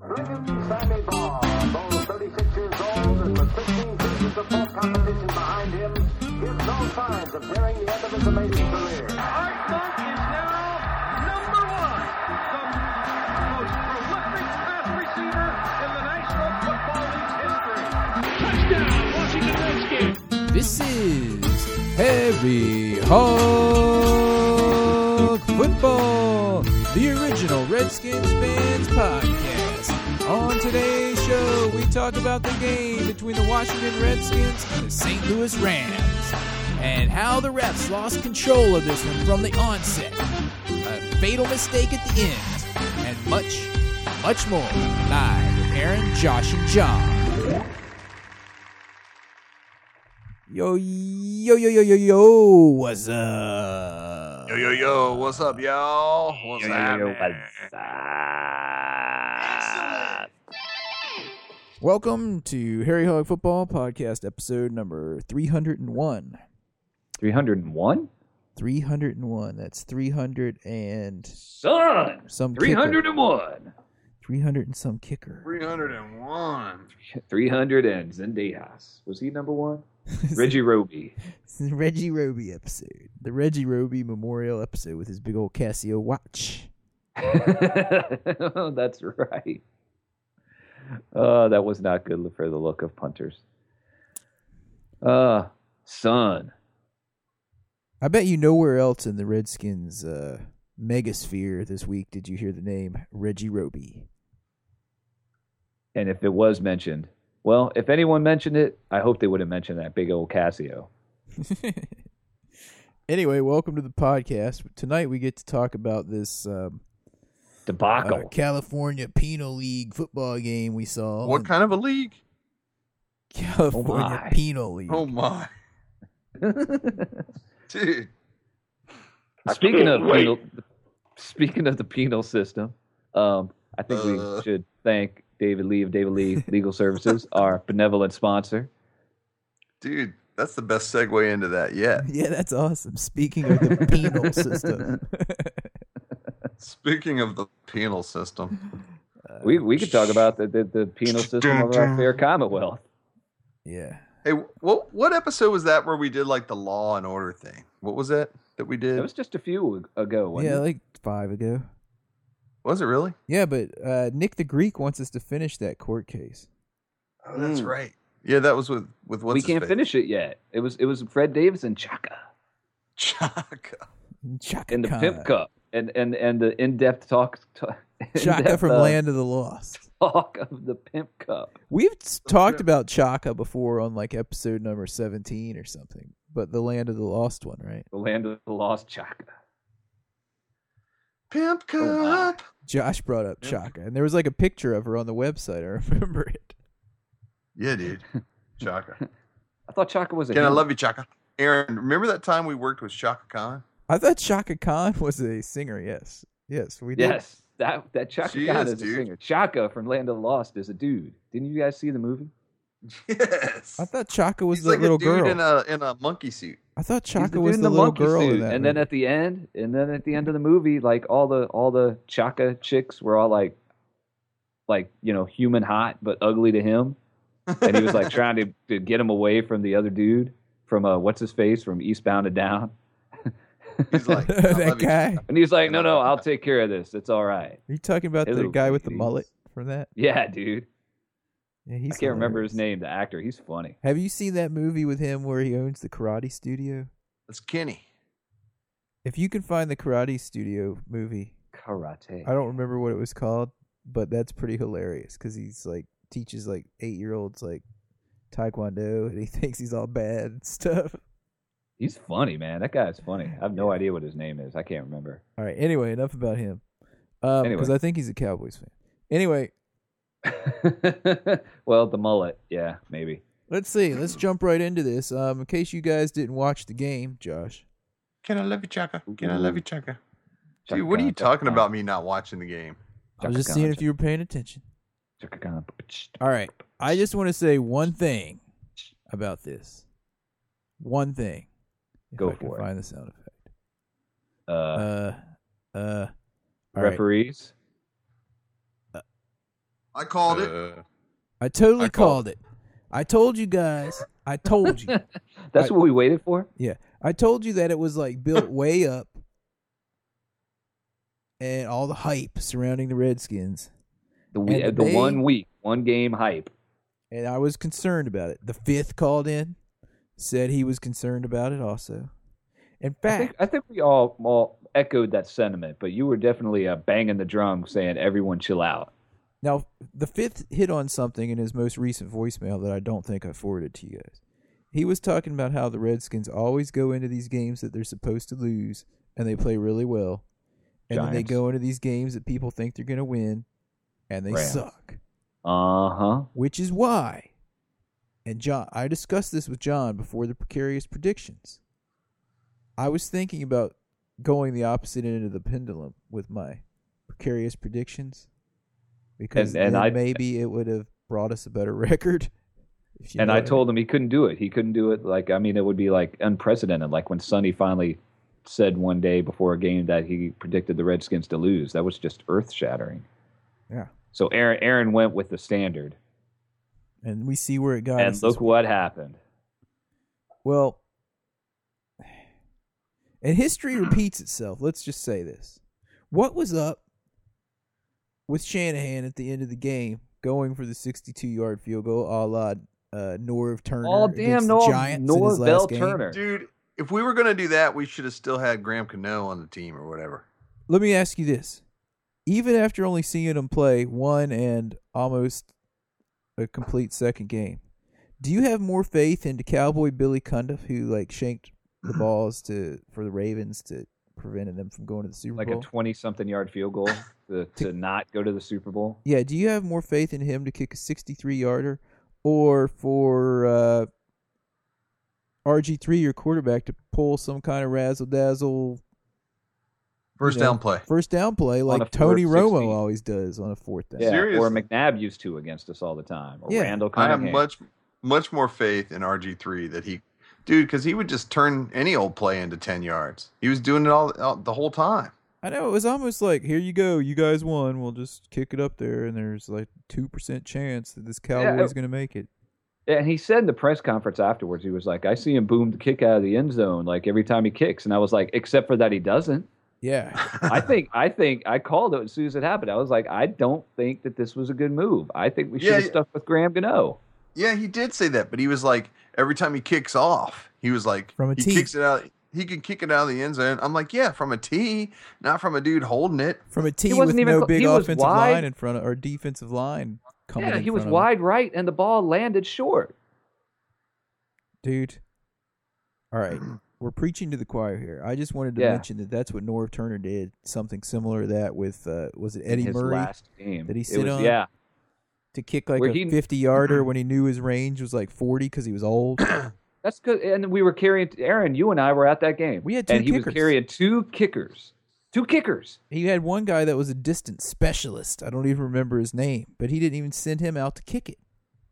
Rhythm Sammy Baugh, though 36 years old and with 15 seasons of top competition behind him, gives no signs of nearing the end of his amazing career. Art Monk is now number one, the most prolific pass receiver in the National Football League's history. Touchdown, Washington Redskins. This is Harry Hog Football, the original Redskins fans podcast. On today's show, we talk about the game between the Washington Redskins and the St. Louis Rams, and how the refs lost control of this one from the onset, a fatal mistake at the end, and much, much more. Live with Aaron, Josh, and John. Yo, yo, yo, yo, yo, yo, what's up? Yo yo yo, what's up, y'all? What's Yo, yo, yo, happening? what's up? Welcome to Harry Hog Football Podcast, episode number 301. 301? 301. That's 300 and Son! some kicker. 301! 300 and some kicker. 301. 300 and Zendejas. Was he number one? Reggie Roby. This is the Reggie Roby episode. The Reggie Roby memorial episode with his big old Casio watch. That's right. Uh, that was not good for the look of punters. Uh, son. I bet you nowhere else in the Redskins uh, megasphere this week did you hear the name Reggie Roby. And if it was mentioned, well, if anyone mentioned it, I hope they would have mentioned that big old Casio. anyway, welcome to the podcast. Tonight we get to talk about this um, uh, Debacle. California Penal League football game we saw. What kind of a league? California Oh my. Penal League? Oh my, dude. Speaking of can't wait. penal, speaking of the penal system, um, I think Uh. we should thank David Lee of David Lee Legal Services, our benevolent sponsor. Dude, that's the best segue into that yet. Yeah, that's awesome. Speaking of the penal system, Speaking of the penal system, We we could talk about the the, the penal system of our fair Commonwealth. yeah, hey, what what episode was that where we did like the law and order thing? What was that that we did? That Was, was just a few ago. Wasn't yeah, it? like five ago. it really? Yeah, but uh, Nick the Greek wants us to finish that court case. Oh, that's right. Yeah, that was with with what's we his can't face? Mm. finish it yet. It was it was Fred Davis and Chaka Chaka. Chaka in the Khan. Pimp Cup and and and the in depth talk. talk Chaka in-depth, from uh, Land of the Lost. talk of the Pimp Cup. We've s- talked about Chaka before on like episode number seventeen or something, but the Land of the Lost one, right? The land of the lost Chaka. Pimp Cup. Oh, wow. Josh brought up Yeah. Chaka, and there was like a picture of her on the website. I remember it. Yeah, dude. Chaka. I thought Chaka was a. Can I hero. love you, Chaka? Aaron, remember that time we worked with Chaka Khan? I thought Chaka Khan was a singer. Yes, yes, we did. Yes, that that Chaka She Khan is, is, a dude. singer. Chaka from Land of the Lost is a dude. Didn't you guys see the movie? Yes. I thought Chaka was He's the like little a dude girl. in a in a monkey suit. I thought He's Chaka dude was in the, little monkey girl in suit. that. and then movie. at the end, and then at the end of the movie, like all the all the Chaka chicks were all like, like you know, human hot but ugly to him, and he was like trying to, to get him away from the other dude from uh, what's his face from Eastbound and Down, He's like I that love you, guy. Chaka. and he's like, no, no, I'll take care of this. It's all right. Are you talking about the Hello, guy with the ladies. mullet from that? Yeah, dude. Yeah, I he's can't remember his hilarious. name. The actor, he's funny. Have you seen that movie with him where he owns the karate studio? That's Kenny. If you can find the karate studio movie, Karate. I don't remember what it was called, but that's pretty hilarious because he's like teaches like eight year olds like taekwondo, and he thinks he's all bad and stuff. He's funny, man. That guy's funny. I have no idea what his name is. I can't remember. All right. Anyway, enough about him because Anyway. I think he's a Cowboys fan. Anyway, well, the mullet. Yeah, maybe. let's see. Let's jump right into this. Um, in case you guys didn't watch the game, Josh, Can I love you, Chaka? Can I love you, Chaka? Chaka Dude, what are Khan, you Chaka talking Khan, about? Me not watching the game? I Chaka was just Khan, seeing if you were paying attention. Chaka Khan. All right. I just want to say one thing about this. One thing. If Go I can for it. Find the sound effect. Uh, Uh, uh. all right. referees. I called it. I totally I called called- it. I told you guys. I told you. That's I- what we waited for. Yeah. I told you that it was like built way up and all the hype surrounding the Redskins. The we, And the they- one week, one game hype. And I was concerned about it. The fifth called in, said he was concerned about it also. I In think, fact, I think we all, all echoed that sentiment, but you were definitely uh, banging the drum saying everyone chill out. now the fifth hit on something in his most recent voicemail that I don't think I forwarded to you guys. He was talking about how the Redskins always go into these games that they're supposed to lose and they play really well. And then they Giants. go into these games that people think they're going to win and they Rams. suck. Uh huh. which is why and john i discussed this with john before the precarious predictions i was thinking about going the opposite end of the pendulum with my precarious predictions because and then I- maybe it would have brought us a better record if you and know I what mean. told him he couldn't do it. He couldn't do it. Like I mean, it would be like unprecedented. Like when Sonny finally said one day before a game that he predicted the Redskins to lose. That was just earth shattering. Yeah. So Aaron Aaron went with the standard, and we see where it got us and this look what happened. Well, and history repeats itself. Let's just say this. What was up with Shanahan at the end of the game going for the 62 yard field goal a la uh, Norv Turner? Oh damn, against the Noel, Giants in his last Norvell game? Turner. Dude, if we were going to do that, we should have still had Graham Cano on the team or whatever. Let me ask you this. Even after only seeing him play one and almost a complete second game, do you have more faith into Cowboy Billy Cundiff, who like shanked the balls to for the Ravens to prevented them from going to the Super Like Bowl? a twenty-something yard field goal to, to not go to the Super Bowl. Yeah, do you have more faith in him to kick a 63 yarder or for uh, RG3, your quarterback, to pull some kind of razzle dazzle First Yeah. down play. first down play a like fourth, Tony Romo 16. always does on a fourth down? Yeah, or Seriously. McNabb used to against us all the time. Or Yeah. Randall I have Cunningham. much, much more faith in RG3 that he, dude, because he would just turn any old play into 10 yards. He was doing it all, all the whole time. I know it was almost like, here you go, you guys won. We'll just kick it up there, and there's like two percent chance that this Cowboy's it- gonna make it. Yeah, and he said in the press conference afterwards, he was like, "I see him boom the kick out of the end zone like every time he kicks," and I was like, "Except for that, he doesn't." Yeah, I think, I think, I called it as soon as it happened. I was like, "I don't think that this was a good move. I think we should Yeah, have yeah. stuck with Graham Gano." Yeah, he did say that, but he was like, every time he kicks off, he was like, From a he tee. kicks it out. He can kick it out of the end zone. I'm like, yeah, from a tee, not from a dude holding it. from a team wasn't with even no cl- big he was offensive wide. line in front of or defensive line coming. Yeah, in he was front of him. wide right, and the ball landed short. dude. All right, we're preaching to the choir here. I just wanted to Yeah. mention that that's what Norv Turner did. Something similar to that with uh, was it in Eddie his Murray last game that he It sit was- on? Yeah, to kick like where a he- fifty yarder when he knew his range was like forty because he was old. that's good. And we were carrying Aaron. You and I were at that game. We had two and he kickers. was carrying two kickers, two kickers. he had one guy that was a distance specialist. I don't even remember his name, but he didn't even send him out to kick it.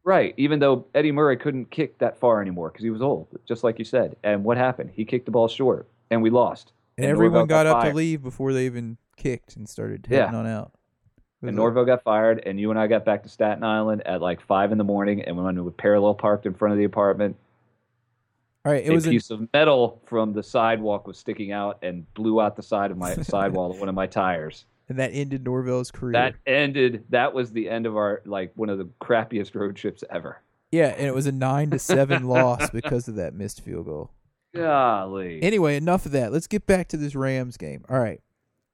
Right, even though Eddie Murray couldn't kick that far anymore because he was old, just like you said. And what happened? He kicked the ball short, and we lost. And, Norvell everyone got up to fired. leave before they even kicked and started Yeah. heading on out. It was And like- Norville got fired, and you and I got back to Staten Island at like five in the morning, and when we parallel parked in front of the apartment, all right, it a was a, piece of metal from the sidewalk was sticking out and blew out the side of my sidewall of one of my tires. and that ended Norvell's career. That ended. That was the end of our like one of the crappiest road trips ever. yeah, and it was a nine to seven loss because of that missed field goal. Golly. Anyway, enough of that. Let's get back to this Rams game. All right.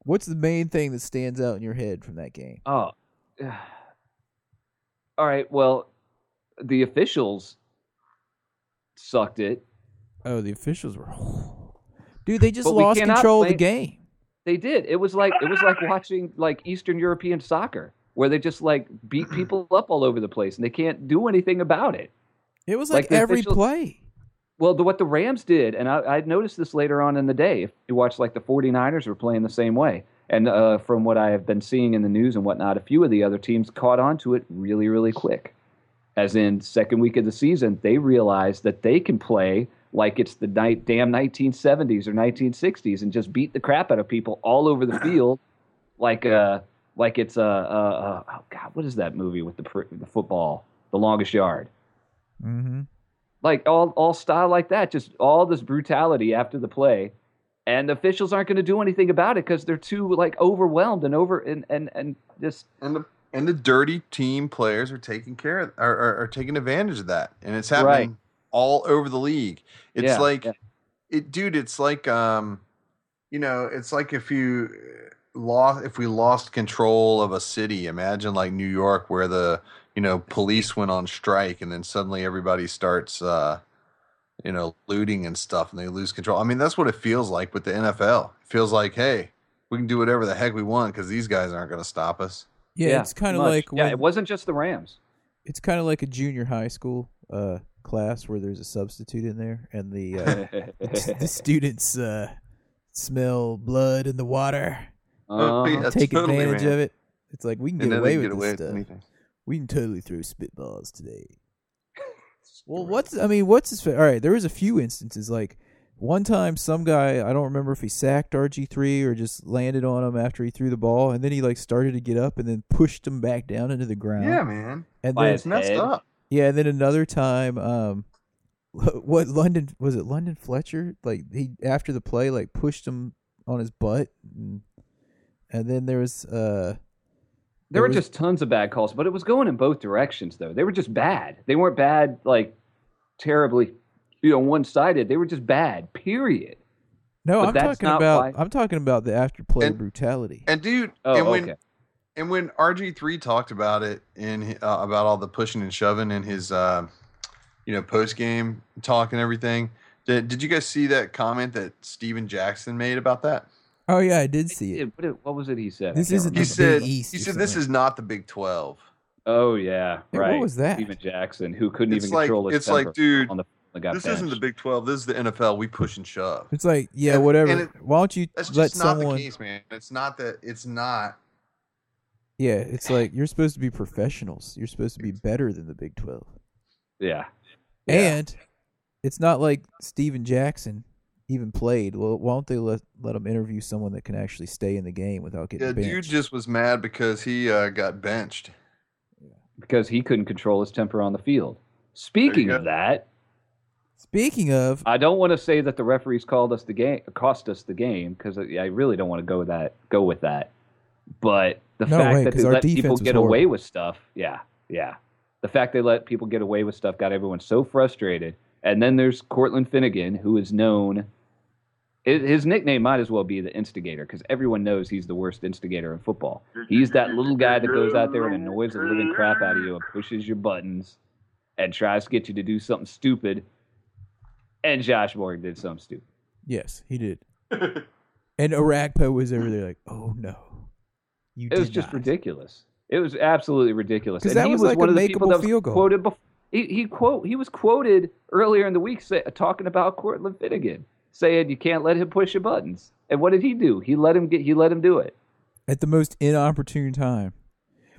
What's the main thing that stands out in your head from that game? Oh. All right. Well, the officials sucked it. Oh, the officials were Dude, they just But we lost cannot control of the blame- game. They did. It was like it was like watching like Eastern European soccer where they just like beat people up all over the place and they can't do anything about it. It was like, Like the every officials- play. Well, the, what the Rams did, and I, I noticed this later on in the day, if you watch like the 49ers were playing the same way. And uh, from what I have been seeing in the news and whatnot, a few of the other teams caught on to it really, really quick. As in, second week of the season, they realized that they can play like it's the night, damn 1970s or 1960s and just beat the crap out of people all over the field like uh, like it's a, a, a oh god, what is that movie with the pr- the football, The Longest Yard? Mm-hmm. Like all all style like that, just all this brutality after the play, and officials aren't going to do anything about it because they're too like overwhelmed and over and and and just and the and the dirty team players are taking care of, are, are, are taking advantage of that and it's happening Right. all over the league it's Yeah, like yeah. it dude it's like um you know it's like if you lost if we lost control of a city imagine like new york where the you know police went on strike and then suddenly everybody starts uh you know looting and stuff and they lose control i mean that's what it feels like with the nfl it feels like hey we can do whatever the heck we want because these guys aren't going to stop us Yeah, it's kind of much. like yeah, when- it wasn't just the Rams. it's kind of like a junior high school uh, class where there's a substitute in there, and the Uh-huh. uh, the students uh, smell blood in the water, Oh, yeah. Uh-huh. take totally, advantage man. of it. It's like we can And get then away with they get this away with stuff. anything. We can totally throw spitballs today. Well, what's I mean, what's his? Fa- All right, there was a few instances like one time some guy I don't remember if he sacked RG three or just landed on him after he threw the ball, and then he like started to get up and then pushed him back down into the ground. Yeah, man. and By then his It's messed head. up. Yeah, and then another time, um, what London was it? London Fletcher, like he after the play, like pushed him on his butt, and, and then there was uh, There were was- just tons of bad calls, but it was going in both directions though. They were just bad. They weren't bad like terribly, you know, one sided. They were just bad. Period. no, But I'm that's talking not about why- I'm talking about the after play And- brutality. And dude, Oh, and when okay. and when RG three talked about it in hi- uh, about all the pushing and shoving in his uh, you know post game talk and everything. Did, did you guys see that comment that Steven Jackson made about that? oh yeah, I did see Yeah, it. what, it- what was it he said? I This can't isn't He the remember. said Big he East or said this something. is not the Big Twelve. Oh yeah, Hey, right. What was that? Steven Jackson, who couldn't It's even like- control his it's like, temper dude, on the, the guy This isn't the benched. Big Twelve. This is the NFL. We push and shove. It's like yeah, And- whatever. and it- Why don't you That's let just not someone? the case, man. It's not that. It's not. Yeah, it's like you're supposed to be professionals. You're supposed to be better than the Big Twelve. yeah. Yeah. And it's not like Steven Jackson even played. Well, why don't they let let him interview someone that can actually stay in the game without getting Yeah, benched? dude just was mad because he uh, got benched. because he couldn't control his temper on the field. Speaking go. of that, Speaking of, I don't want to say that the referees called us the game, cost us the game, because I I really don't want to go with that. Go with that, but the No, fact wait, that 'cause they our let defense people was get horrible. away with stuff, yeah, yeah. The fact they let people get away with stuff got everyone so frustrated. And then there's Cortland Finnegan, who is known. hi- His nickname might as well be the instigator, because everyone knows he's the worst instigator in football. He's that little guy that goes out there and annoys the living crap out of you and pushes your buttons and tries to get you to do something stupid. And Josh Morgan did something stupid. yes, he did. and Arakpo was over there like, oh no, you. It was did just not." ridiculous. It was absolutely ridiculous. 'Cause And that he was was, like one a of the people makeable that was field goal. quoted before. He, he quote he was quoted earlier in the week say, talking about Cortland Finnegan, saying you can't let him push your buttons. And what did he do? He let him get. He let him do it. at the most inopportune time.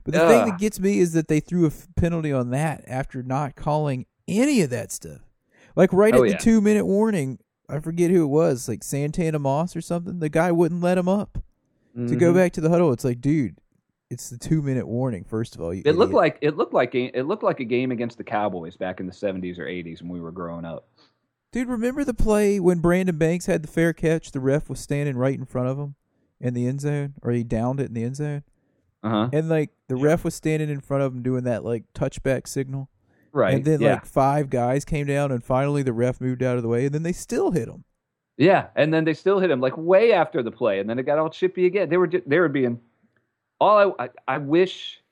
But the thing Ugh. that gets me is that they threw a f- penalty on that after not calling any of that stuff. Like right Oh, at yeah. the two minute warning, I forget who it was, like Santana Moss or something. The guy wouldn't let him up to go Mhm. back to the huddle. It's like, dude, it's the two minute warning. First of all, you It looked idiot. like it looked like a, it looked like a game against the Cowboys back in the seventies or eighties when we were growing up. dude. Remember the play when Brandon Banks had the fair catch? The ref was standing right in front of him in the end zone, or he downed it in the end zone, Uh huh. and like the ref was standing in front of him doing that like touchback signal. Right. And then yeah. like five guys came down, and finally the ref moved out of the way, and then they still hit him. Yeah, and then they still hit him like way after the play, and then it got all chippy again. They were ju- they were being all I, I I wish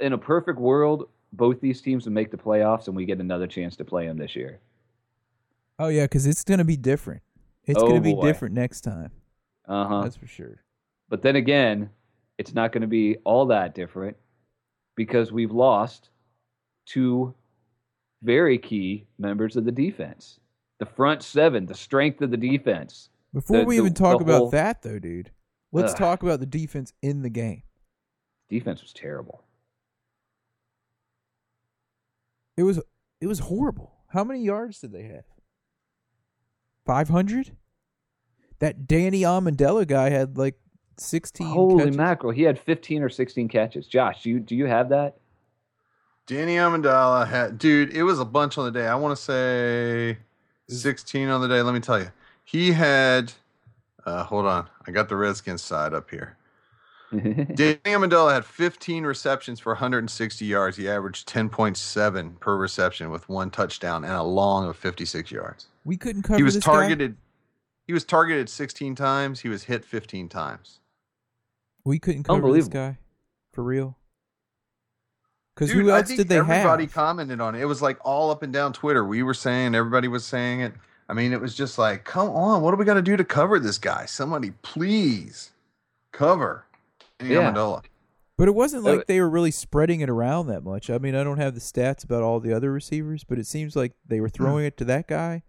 in a perfect world both these teams would make the playoffs and we get another chance to play them this year. Oh yeah, because it's gonna be different. It's Oh, gonna be boy. different next time. Uh huh. That's for sure. But then again, it's not going to be all that different because we've lost two very key members of the defense, the front seven, the strength of the defense. Before The- we the- even talk the about whole- that, though, dude, let's Ugh. talk about the defense in the game. Defense was terrible. It was it was horrible. How many yards did they have? Five hundred. That Danny Amendola guy had like sixteen. Holy catches. mackerel! He had 15 or 16 catches. Josh, you do you have that? Danny Amendola had, dude, it was a bunch on the day. I want to say 16 on the day. Let me tell you. He had, uh, hold on. I got the Redskins side up here. Danny Amendola had 15 receptions for 160 yards. He averaged 10.7 per reception with one touchdown and a long of 56 yards. We couldn't cover. he was this guy? targeted. He was targeted 16 times. He was hit 15 times. We couldn't cover this Unbelievable. guy, for real. Because Dude, who I else think did they everybody have? commented on it. It was like all up and down Twitter. We were saying, everybody was saying it. I mean, it was just like, come on, what do we got to do to cover this guy? Somebody, please cover Danny Yeah. Amendola. But it wasn't Uh, like they were really spreading it around that much. I mean, I don't have the stats about all the other receivers, but it seems like they were Hmm. throwing it to that guy,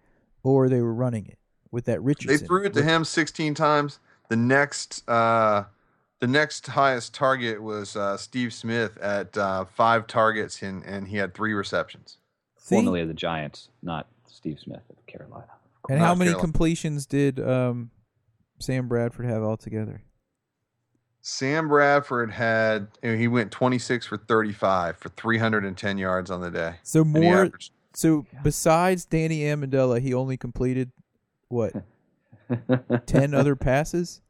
or they were running it with that They Richardson. threw it to him 16 times. The next, uh, the next highest target was uh, Steve Smith at uh, five targets, and, and he had three receptions. See? Formerly of the Giants, not Steve Smith of Carolina. And North how many Carolina. completions did um, Sam Bradford have altogether? Sam Bradford had you know, he went 26 for 35 for 310 yards on the day. So And he more. averaged So besides Danny Amendola, he only completed what ten other passes.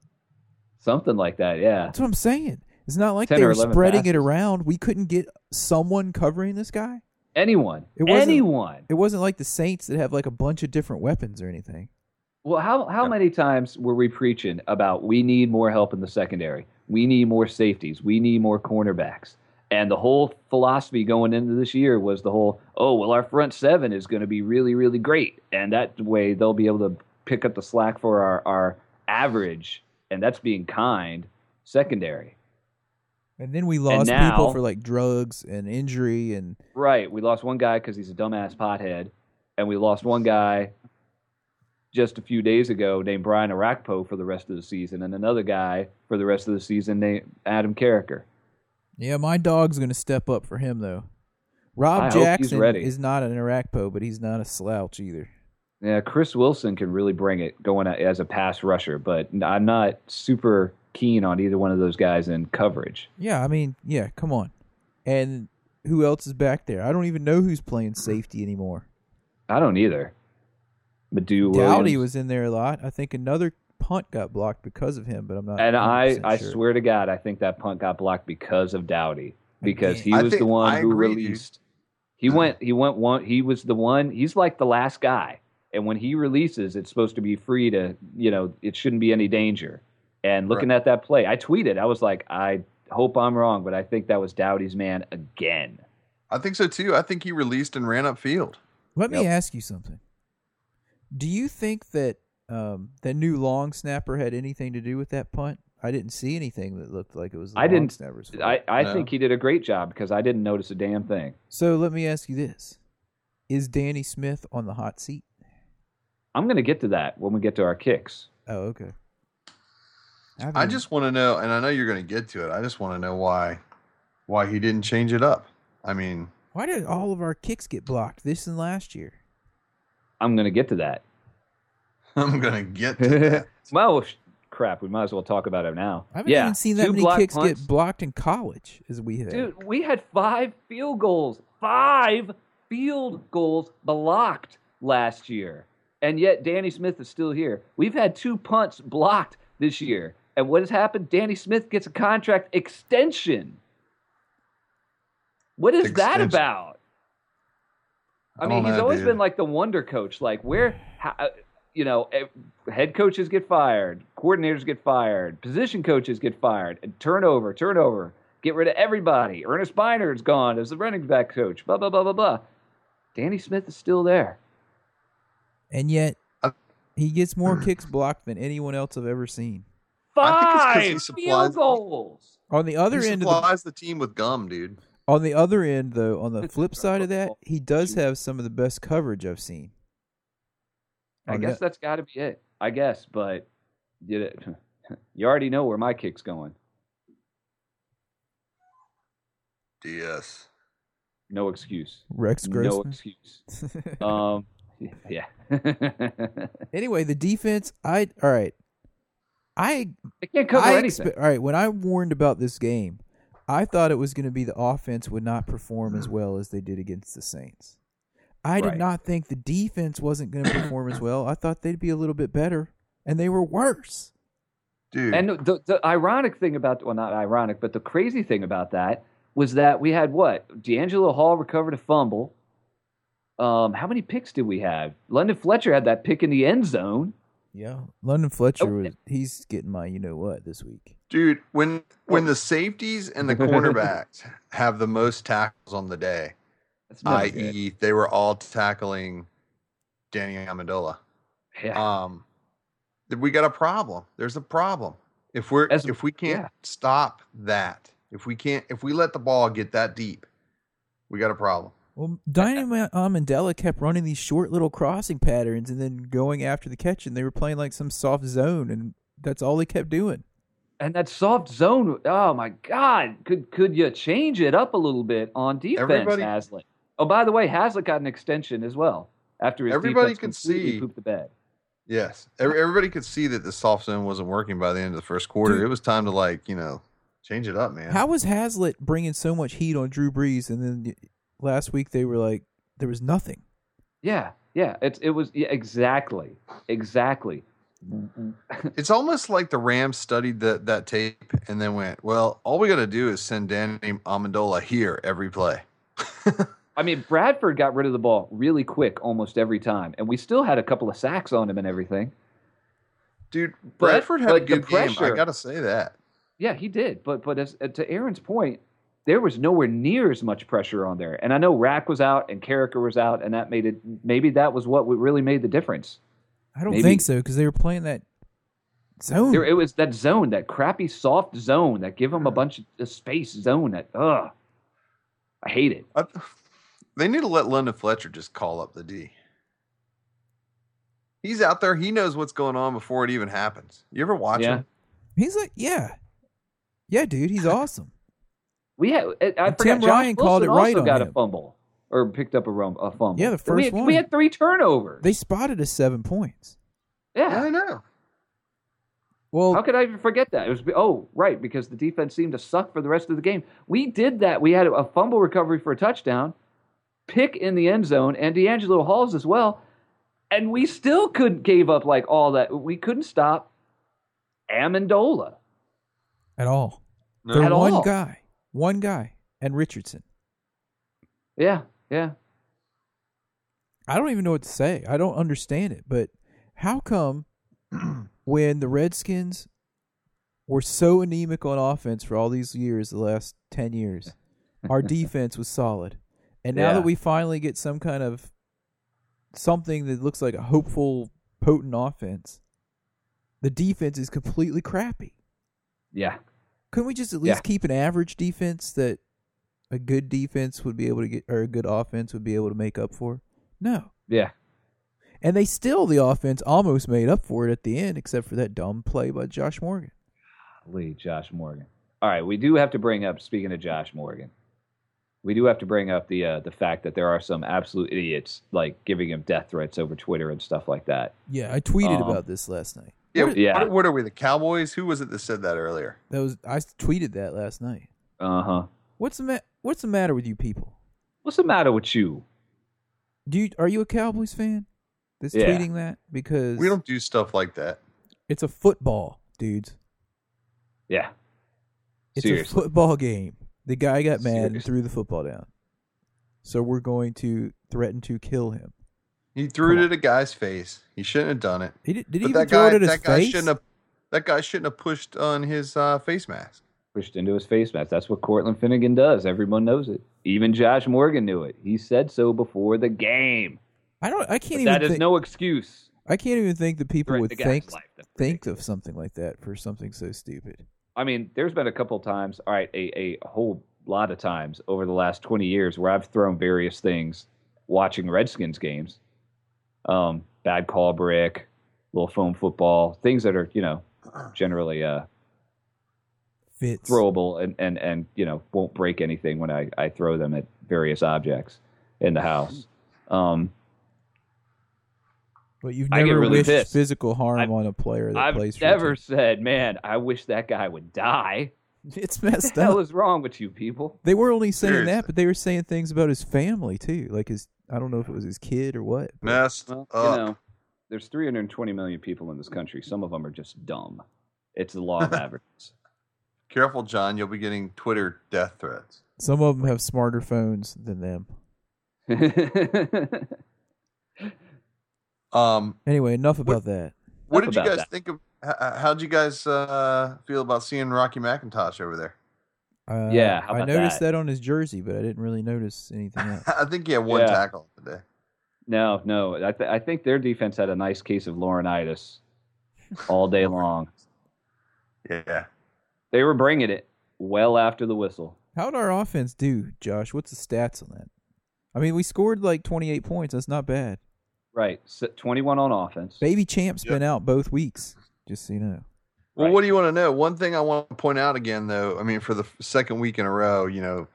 Something like that, yeah. That's what I'm saying. It's not like 10 they or were 11 spreading it passes. around. We couldn't get someone covering this guy. Anyone. It wasn't- anyone. It wasn't like the Saints that have like a bunch of different weapons or anything. Well, how how many times were we preaching about we need more help in the secondary? We need more safeties. We need more cornerbacks. And the whole philosophy going into this year was the whole, oh, well, our front seven is going to be really, really great. And that way they'll be able to pick up the slack for our, our average, and that's being kind, secondary. And then we lost people now- for like drugs and injury and Right. We lost one guy because he's a dumbass pothead, and we lost one guy just a few days ago named Brian Arakpo for the rest of the season, and another guy for the rest of the season named Adam Carricker. yeah, my dog's gonna step up for him though. Rob I hope he's Jackson ready. is not an Arakpo, but he's not a slouch either. Yeah, Chris Wilson can really bring it going a- as a pass rusher, but n- I'm not super keen on either one of those guys in coverage. Yeah, I mean, yeah, come on. And who else is back there? I don't even know who's playing safety anymore. I don't either. Madu Dowdy Williams. was in there a lot. I think another punt got blocked because of him, but I'm not. and I, 100% I sure. swear to God, I think that punt got blocked because of Dowdy because he Again. I was the think- one I who agree, dude. released. He went. He went one. He was the one. He's like the last guy. And when he releases, it's supposed to be free to you know. It shouldn't be any danger. And looking at that play, I tweeted. I was like, I hope I'm wrong, but I think that was Dowdy's man again. I think so too. I think he released and ran upfield. Let me ask you something. Do you think that um, that new long snapper had anything to do with that punt? I didn't see anything that looked like it was. The I long didn't- Snapper's fault. I, I Yeah. think he did a great job because I didn't notice a damn thing. so let me ask you this: Is Danny Smith on the hot seat? I'm gonna get to that when we get to our kicks. Oh, okay. I just want to know, and I know you're going to get to it. I just want to know why why he didn't change it up. I mean, why did all of our kicks get blocked this and last year? I'm gonna get to that. I'm going to get to that. well, sh- crap. We might as well talk about it now. I haven't yeah, even seen that two many blocked kicks punts. get blocked in college as we have. Dude, we had five field goals, five field goals blocked last year, and yet Danny Smith is still here. We've had two punts blocked this year, and what has happened? Danny Smith gets a contract extension. What is that Extension. about? I, I mean, don't he's know, always dude. been like the wonder coach. Like, where, how, you know, eh, head coaches get fired, coordinators get fired, position coaches get fired, and turnover, turnover, get rid of everybody. Ernest Biner is gone as the running back coach, blah, blah, blah, blah, blah. Danny Smith is still there. and yet I- he gets more kicks blocked than anyone else I've ever seen. I Five think it's 'cause he supplies- field goals. On the other he end of the supplies the team with gum, dude. On the other end, though, on the flip side of that, he does have some of the best coverage I've seen. I Oh, On guess the- that's got to be it. I guess, but you, you already know where my kick's going. Yes. No excuse. Rex No Grossman. excuse. Um, yeah. anyway, the defense. I all right. I They can't cover I anything. expe- all right, when I warned about this game, I thought it was going to be the offense would not perform as well as they did against the Saints. I did Right. not think the defense wasn't going to perform as well. I thought they'd be a little bit better, and they were worse. dude. And the, the ironic thing about, well, not ironic, but the crazy thing about that was that we had what? D'Angelo Hall recovered a fumble. Um, how many picks did we have? London Fletcher had that pick in the end zone. Yeah, London Fletcher Oh, was he's getting my you know what this week. Dude, when when Oh. the safeties and the cornerbacks have the most tackles on the day, That's never good. i.e., they were all tackling Danny Amendola. Yeah. Um, that we got a problem. There's a problem. If we're As- if we can't yeah. stop that, if we can't if we let the ball get that deep, we got a problem. Well, Dynamite Amandela kept running these short little crossing patterns and then going after the catch, and they were playing like some soft zone, and that's all they kept doing. and that soft zone, oh my God, could could you change it up a little bit on defense, Everybody- Haslett? Oh, by the way, Haslett got an extension as well after his Everybody defense could completely see- pooped the bed. Yes, Every, everybody could see that the soft zone wasn't working by the end of the first quarter. Dude. It was time to like you know change it up, man. How was Hazlitt bringing so much heat on Drew Brees, and then y- last week they were like, there was nothing. Yeah, yeah, it's it was yeah, exactly, exactly. It's almost like the Rams studied that that tape and then went, well, all we got to do is send Danny Amendola here every play. I mean, Bradford got rid of the ball really quick almost every time, and we still had a couple of sacks on him and everything. Dude, But- Bradford had but a the good game. I pressure- got to say that. Yeah, he did, but but as, uh, to Aaron's point, there was nowhere near as much pressure on there. And I know Rack was out and Carricker was out, and that made it. Maybe that was what really made the difference. I don't Maybe- think so because they were playing that zone. There, it was that zone, that crappy soft zone, that give him a bunch of uh, space zone. That ugh, I hate it. I, they need to let London Fletcher just call up the D. He's out there. He knows what's going on before it even happens. You ever watch Yeah. him? he's like, yeah, yeah, dude, he's awesome. We had I, I And forgot Tim Josh Ryan called it Wilson right also on got him. a fumble or picked up a, rum, a fumble. Yeah, the So we had, first one. We had three turnovers. They spotted us seven points. yeah. I know. Well, How could I even forget that? It was oh right because the defense seemed to suck for the rest of the game. We did that. We had a fumble recovery for a touchdown, pick in the end zone, and D'Angelo Hall's as well, and we still couldn't gave up like all that. We couldn't stop Amendola. at all, No. they're At one all. guy, one guy, and Richardson. Yeah, yeah. I don't even know what to say. I don't understand it. But how come when the Redskins were so anemic on offense for all these years, the last 10 years, our defense was solid? And now Yeah. that we finally get some kind of something that looks like a hopeful, potent offense, the defense is completely crappy. Yeah. Couldn't we just at least Yeah. keep an average defense that a good defense would be able to get, or a good offense would be able to make up for? No. Yeah. And they still, the offense almost made up for it at the end, except for that dumb play by Josh Morgan. Lee, Josh Morgan. All right, we do have to bring up speaking of Josh Morgan. We do have to bring up the uh, the fact that there are some absolute idiots like giving him death threats over Twitter and stuff like that. Yeah, I tweeted Um, about this last night. Yeah, Yeah. What, what are we? The Cowboys? Who was it that said that earlier? That was I tweeted that last night. Uh huh. What's the ma- What's the matter with you people? What's the matter with you? Do you are you a Cowboys fan? That's Yeah. tweeting that because We don't do stuff like that. It's a football, dudes. Yeah. It's Seriously. a football game. The guy got mad and threw the football down. So we're going to threaten to kill him. He threw Come it on. at a guy's face. He shouldn't have done it. He did, did he but even that throw guy, it at his that guy face? shouldn't have. That guy shouldn't have pushed on his uh, face mask. Pushed into his face mask. That's what Cortland Finnegan does. Everyone knows it. Even Josh Morgan knew it. He said so before the game. I don't. I can't But even. that is think, no excuse. I can't even think that people Threaten would the guy's think life. That's think ridiculous. of something like that for something so stupid. I mean, there's been a couple times, all right, a, a whole lot of times over the last 20 years where I've thrown various things watching Redskins games. Um, bad call brick, little foam football, things that are, you know, generally uh, Fits. throwable and, and, and you know won't break anything when I, I throw them at various objects in the house. Um, But you've I get never really wished pissed. physical harm I've- on a player that plays I've for your never said, man, I wish that guy would die. team. It's messed the hell up. is wrong with you people? They were only saying Seriously. that, but they were saying things about his family too. Like his, I don't know if it was his kid or what. Messed Well, up. you know, there's 320 million people in this country. Some of them are just dumb. It's the law of averages. Careful, John. You'll be getting Twitter death threats. Some of them have smarter phones than them. Um, Anyway, enough about that. what Enough did you about guys that. think of? How, how'd you guys uh, feel about seeing Rocky McIntosh over there? Uh, Yeah, how I about noticed that? that? on his jersey, but I didn't really notice anything else. I think he had one Yeah. tackle today. no, no. I, th- I think their defense had a nice case of Laurenitis all day long. Yeah. They were bringing it well after the whistle. How'd our offense do, Josh? What's the stats on that? I mean, we scored like 28 points. That's not bad. Right. S 21 on offense. Baby Champ's Yep. been out both weeks, just so you know. Well, Right. what do you want to know? One thing I want to point out again, though, I mean, for the f- second week in a row, you know,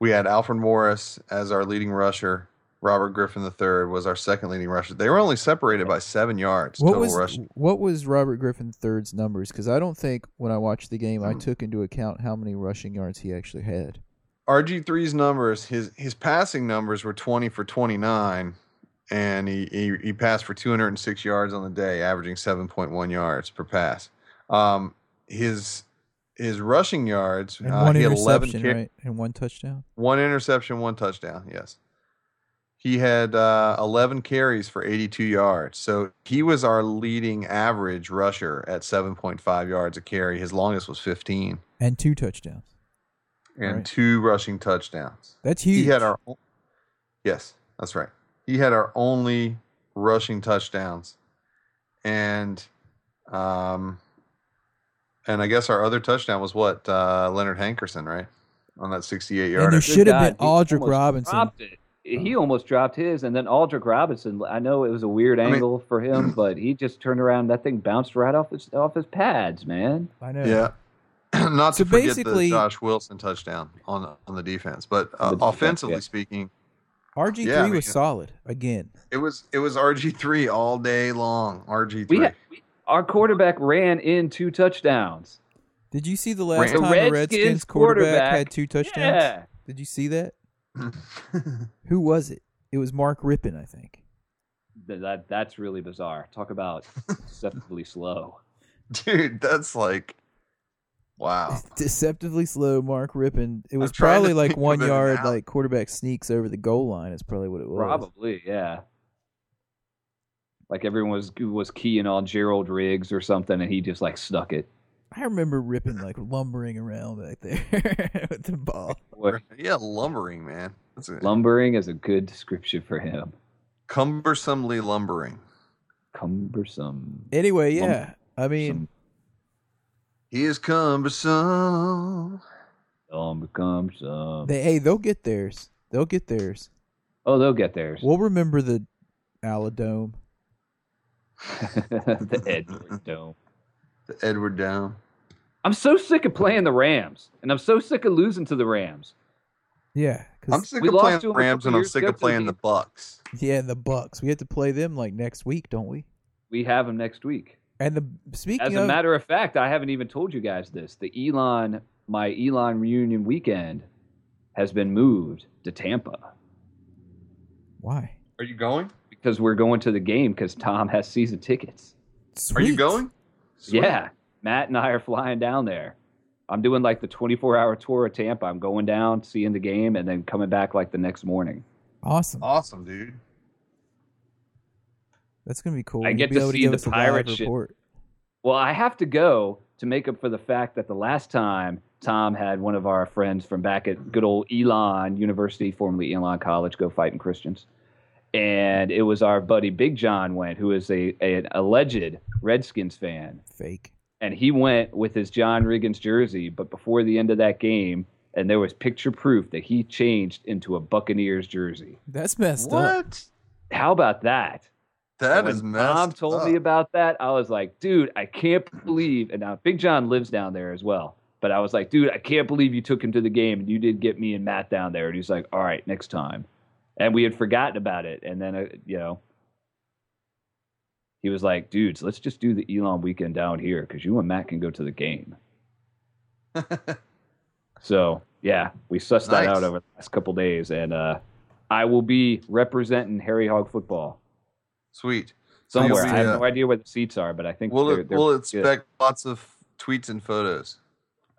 we had Alfred Morris as our leading rusher. Robert Griffin III was our second leading rusher. They were only separated by seven yards What total was rushing. what was Robert Griffin III's numbers? Because I don't think when I watched the game, Hmm. I took into account how many rushing yards he actually had. RG3's numbers, his his passing numbers were 20 for 29, and he, he, he passed for 206 yards on the day, averaging 7.1 yards per pass. Um, his his rushing yards, And uh, one he had 11 interception, car- right? And one touchdown. One interception, one touchdown. Yes. He had uh, 11 carries for 82 yards. So he was our leading average rusher at 7.5 yards a carry. His longest was 15 And two touchdowns. and Right. two rushing touchdowns. That's huge. He had our Yes, that's right. He had our only rushing touchdowns. And um and I guess our other touchdown was what? Uh Leonard Hankerson, right? On that 68 and yarder. there should have been Good God, he Aldrick almost Robinson. dropped it. He almost dropped his, and then Aldrick Robinson. I know it was a weird mean- angle for him, but he just turned around. That thing bounced right off his off his pads, man. I know. Yeah. Not So to forget basically- the Josh Wilson touchdown on on the defense, but The uh, defense, offensively yeah. speaking, RG3 Yeah, I mean- was solid again. it was it was RG three all day long. RG We three. had, our quarterback ran in two touchdowns. Did you see the last The time the Redskins Redskins quarterback, quarterback- had two touchdowns? Yeah, Did you see that? Who was it? It was Mark Rippon, I think. Th- that that's really bizarre. Talk about deceptively slow. Dude, that's like wow. Deceptively slow, Mark Rippon. It was Oh. trying to probably like think one of it yard, now. like quarterback sneaks over the goal line. Is probably what it was. Probably, yeah. Like everyone was was keying on Gerald Riggs or something, and he just like stuck it. I remember Rippon like lumbering around back there with the ball. Boy, Yeah, lumbering, man. That's a, lumbering is a good description for him. cumbersomely lumbering. Cumbersome. Anyway, yeah. I mean, Some- He is cumbersome. Dumb cumbersome. they hey, they'll get theirs. They'll get theirs. oh, they'll get theirs. We'll remember the Aladome. the Edward Dome. The Edward down. I'm so sick of playing the Rams, and I'm so sick of losing to the Rams. Yeah, I'm 'cause- sick We of lost playing to him a Rams couple and I'm years sick ago of to the playing the Bears. Bucks. yeah, and the Bucks. We have to play them like next week, don't we? We have them next week. And the speaking As of a matter of fact, I haven't even told you guys this. The Elon, my Elon reunion weekend, has been moved to Tampa why? Are you going? because we're going to the game because Tom has season tickets. Are you Sweet. going? Sweet. Yeah, Matt and I are flying down there. I'm doing like the 24 hour tour of Tampa. I'm going down, seeing the game, and then coming back like the next morning. Awesome. Awesome, dude. That's gonna be cool. I You'll get be to able see give the us a pirate live ship. report. Well, I have to go to make up for the fact that the last time Tom had one of our friends from back at good old Elon University, formerly Elon College, go fighting Christians. And it was our buddy Big John went, who is a an alleged Redskins fan, Fake. and he went with his John Riggins jersey. But before the end of that game, and there was picture proof that he changed into a Buccaneers jersey. That's messed up. What? How about that? That when is messed Tom told up. me about that. I was like, dude, I can't believe. And now Big John lives down there as well. But I was like, dude, I can't believe you took him to the game and you did get me and Matt down there. And he's like, all right, next time. And we had forgotten about it. And then, uh, you know, he was like, dudes, let's just do the Elon weekend down here because you and Matt can go to the game. so yeah, we sussed that Nice. out over the last couple days, and uh, I will be representing Harry Hog football Sweet. So you'll somewhere. be, I have uh, no idea where the seats are, but I think We'll, they're, they're we'll good. expect lots of tweets and photos.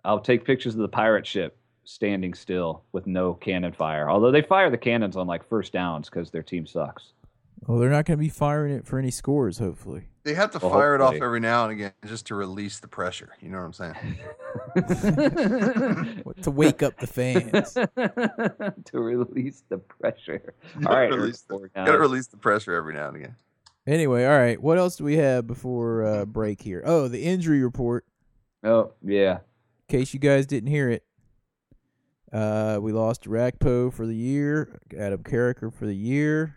I'll take pictures of the pirate ship standing still with no cannon fire. Although they fire the cannons on like first downs because their team sucks. Well, they're not going to be firing it for any scores, hopefully. They have to Well, fire it off hopefully. every now and again just to release the pressure. You know what I'm saying? What- To wake up the fans. to release the pressure. All right, Uh, release the- Eric, Got to now- release the pressure every now and again. anyway, all right. What else do we have before Mm-hmm. uh, break here? Oh, the injury report. Oh yeah, In case you guys didn't hear it, uh, we lost Ragpo for the year, Adam Carricker for the year.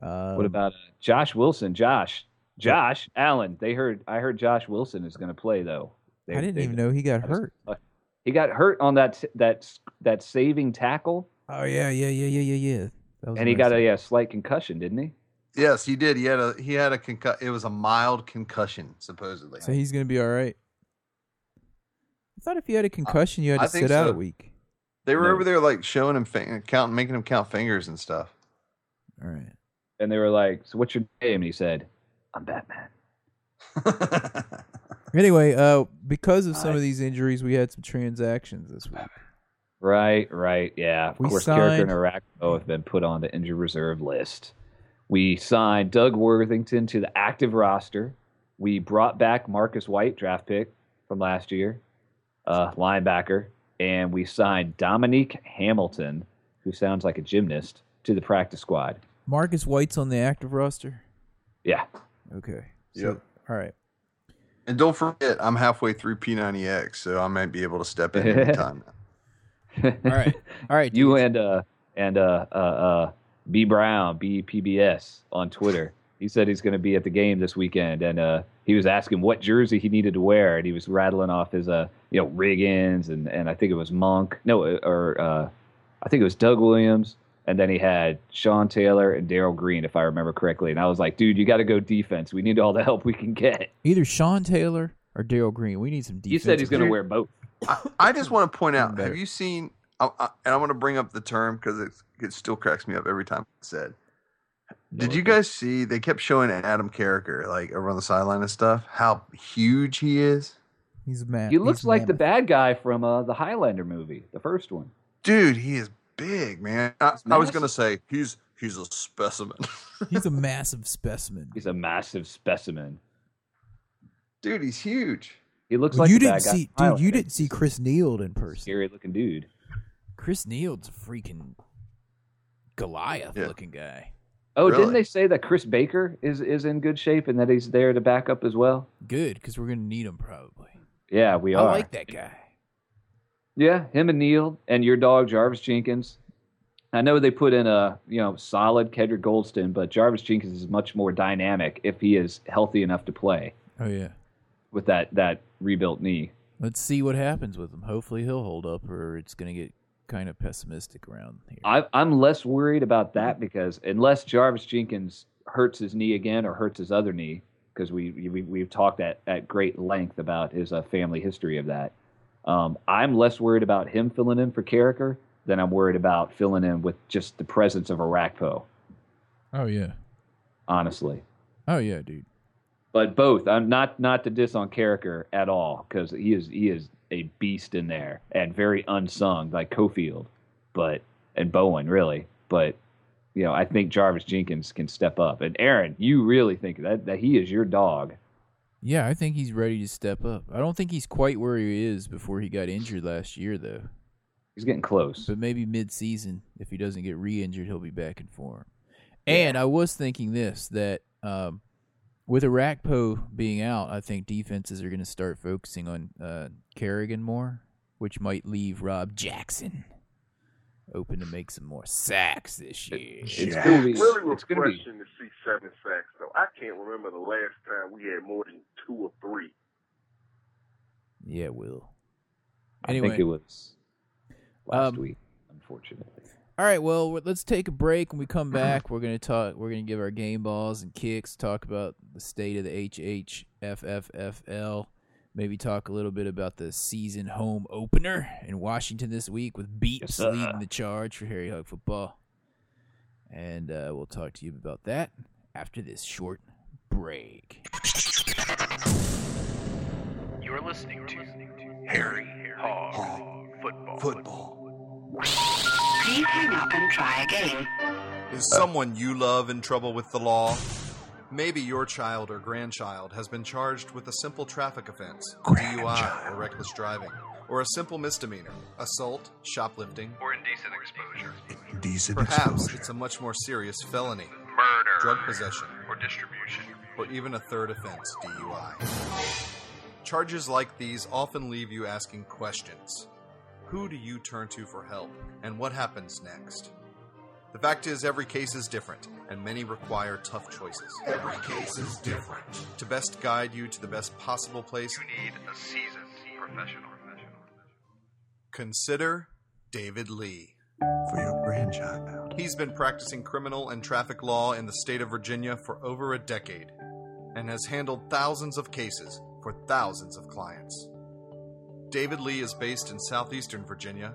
Um, What about uh, Josh Wilson? Josh, Josh Allen. They heard. I heard Josh Wilson is going to play though. They, I didn't they- even know he got I was- hurt. He got hurt on that that that saving tackle, Oh yeah, yeah, yeah, yeah, yeah, yeah. That was and he got amazing. a yeah, slight concussion, didn't he? Yes, he did. He had a he had a concu- It was a mild concussion, supposedly. So he's gonna be all right. I thought if you had a Uh, concussion, you had I to think sit out a so. week. They were No. over there like showing him fin- count, making him count fingers and stuff. All right. And they were like, "So what's your name?" And he said, "I'm Batman." Anyway, uh, because of some of these injuries, we had some transactions this week. Right, right, yeah. Of We course, signed- Carricker and Arakpo have been put on the injured reserve list. We signed Doug Worthington to the active roster. We brought back Marcus White, draft pick from last year, uh, linebacker, and we signed Dominique Hamilton, who sounds like a gymnast, to the practice squad. Marcus White's on the active roster. Yeah, Okay. Yep. All right. And don't forget, I'm halfway through P90X, so I might be able to step in anytime. All right. All right. you and uh and uh uh, uh B Brown B PBS on Twitter. He said he's going to be at the game this weekend, and uh, he was asking what jersey he needed to wear, and he was rattling off his uh you know Riggins and and I think it was Monk, no, or uh, I think it was Doug Williams, and then he had Sean Taylor and Daryl Green, if I remember correctly. And I was like, dude, you got to go defense. We need all the help we can get. Either Sean Taylor or Daryl Green. We need some defense. He said he's going to wear both. I, I just want to point out: Better. Have you seen? I, I, and I'm going to bring up the term because it it still cracks me up every time it's said. Did you guys see? They kept showing Adam Carricker like over on the sideline and stuff. How huge he is, He's mad. He looks he's like the mammoth. bad guy from uh, the Highlander movie, the first one. dude! He is big, man. I, I was massive. going to say he's he's a specimen, He's a massive specimen. He's a massive specimen. dude. He's huge. He looks Well, like you the didn't bad guy see, from dude. You Highlander. didn't see Chris Neal in person. Scary looking dude. Chris Neal's a freaking Goliath Yeah. looking guy. Oh, didn't Really? they say that Chris Baker is is in good shape and that he's there to back up as well? Good, because we're gonna need him probably. Yeah, we I are. like that guy. Yeah, him and Neil and your dog Jarvis Jenkins. I know they put in a you know solid Kedrick Goldston, but Jarvis Jenkins is much more dynamic if he is healthy enough to play Oh yeah. with that that rebuilt knee. Let's see what happens with him. Hopefully he'll hold up, or it's gonna get kind of pessimistic around here. I, I'm less worried about that because unless Jarvis Jenkins hurts his knee again or hurts his other knee, because we, we we've talked at, at great length about his uh, family history of that. Um, I'm less worried about him filling in for Carricker than I'm worried about filling in with just the presence of Arakpo, oh yeah. honestly. Oh yeah, dude. But both, I'm not not to diss on Carricker at all because he is he is a beast in there and very unsung like Cofield, but and Bowen really. But you know, I think Jarvis Jenkins can step up. And Aaron, you really think that that he is your dog? Yeah, I think he's ready to step up. I don't think he's quite where he is before he got injured last year, though. He's getting close. But maybe mid-season, if he doesn't get re-injured, he'll be back in form. And I was thinking this that um, with Arakpo being out, I think defenses are going to start focusing on uh, Kerrigan more, which might leave Rob Jackson open to make some more sacks this year. It's gonna be. really It's gonna be. refreshing to see seven sacks, though. I can't remember the last time we had more than two or three. Yeah, Will. I think Anyway. it was last Um, week, unfortunately. All right, well, w- let's take a break. When we come back, we're gonna talk. We're gonna give our game balls and kicks. Talk about the state of the HHFFFL. Maybe talk a little bit about the season home opener in Washington this week with Beeps sir. leading the charge for Harry Hug football. And uh, we'll talk to you about that after this short break. You're listening to Harry Hog Football. Football. Please hang up and try again. Is someone you love in trouble with the law? Maybe your child or grandchild has been charged with a simple traffic offense, DUI or reckless driving, or a simple misdemeanor, assault, shoplifting. Or indecent exposure. Decent Perhaps it's a much more serious felony, Murder. drug possession, Or distribution. or even a third offense, DUI. Charges like these often leave you asking questions. Who do you turn to for help, and what happens next? The fact is, every case is different, and many require tough choices. Every case is different. To best guide you to the best possible place, You need a seasoned professional. consider David Lee. For your grandchild. He's been practicing criminal and traffic law in the state of Virginia for over a decade and has handled thousands of cases for thousands of clients. David Lee is based in southeastern Virginia,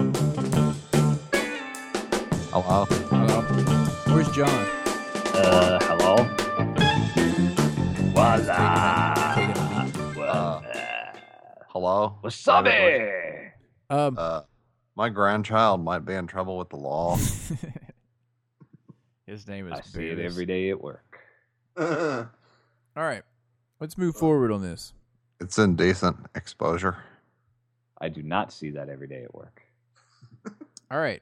Hello. hello. Where's John? Uh, hello. What's Taking a up? Uh, Hello. What's up, Hello. eh? Um, Uh, my grandchild might be in trouble with the law. his name is. I see it Boots. every day at work. it's All right, let's move forward on this. indecent exposure. I do not see that every day at work. All right.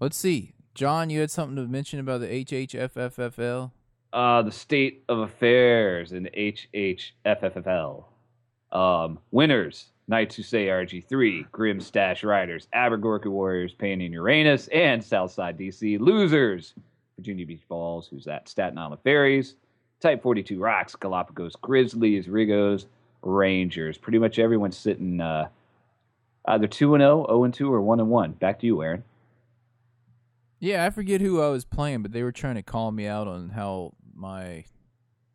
Let's see. John, you had something to mention about the HHFFFL? uh, the state of affairs in HHFFFL. Um, winners: Knights Who Say RG3, Grim Stash Riders, Abergorky Warriors, Pain in Uranus, and Southside DC. Losers: Virginia Beach Balls, who's that? Staten Island Ferries, Type 42 Rocks, Galapagos Grizzlies, Rigos, Rangers. Pretty much everyone's sitting uh, either two and zero, zero and two, or one and one. Back to you, Aaron. Yeah, I forget who I was playing, but they were trying to call me out on how my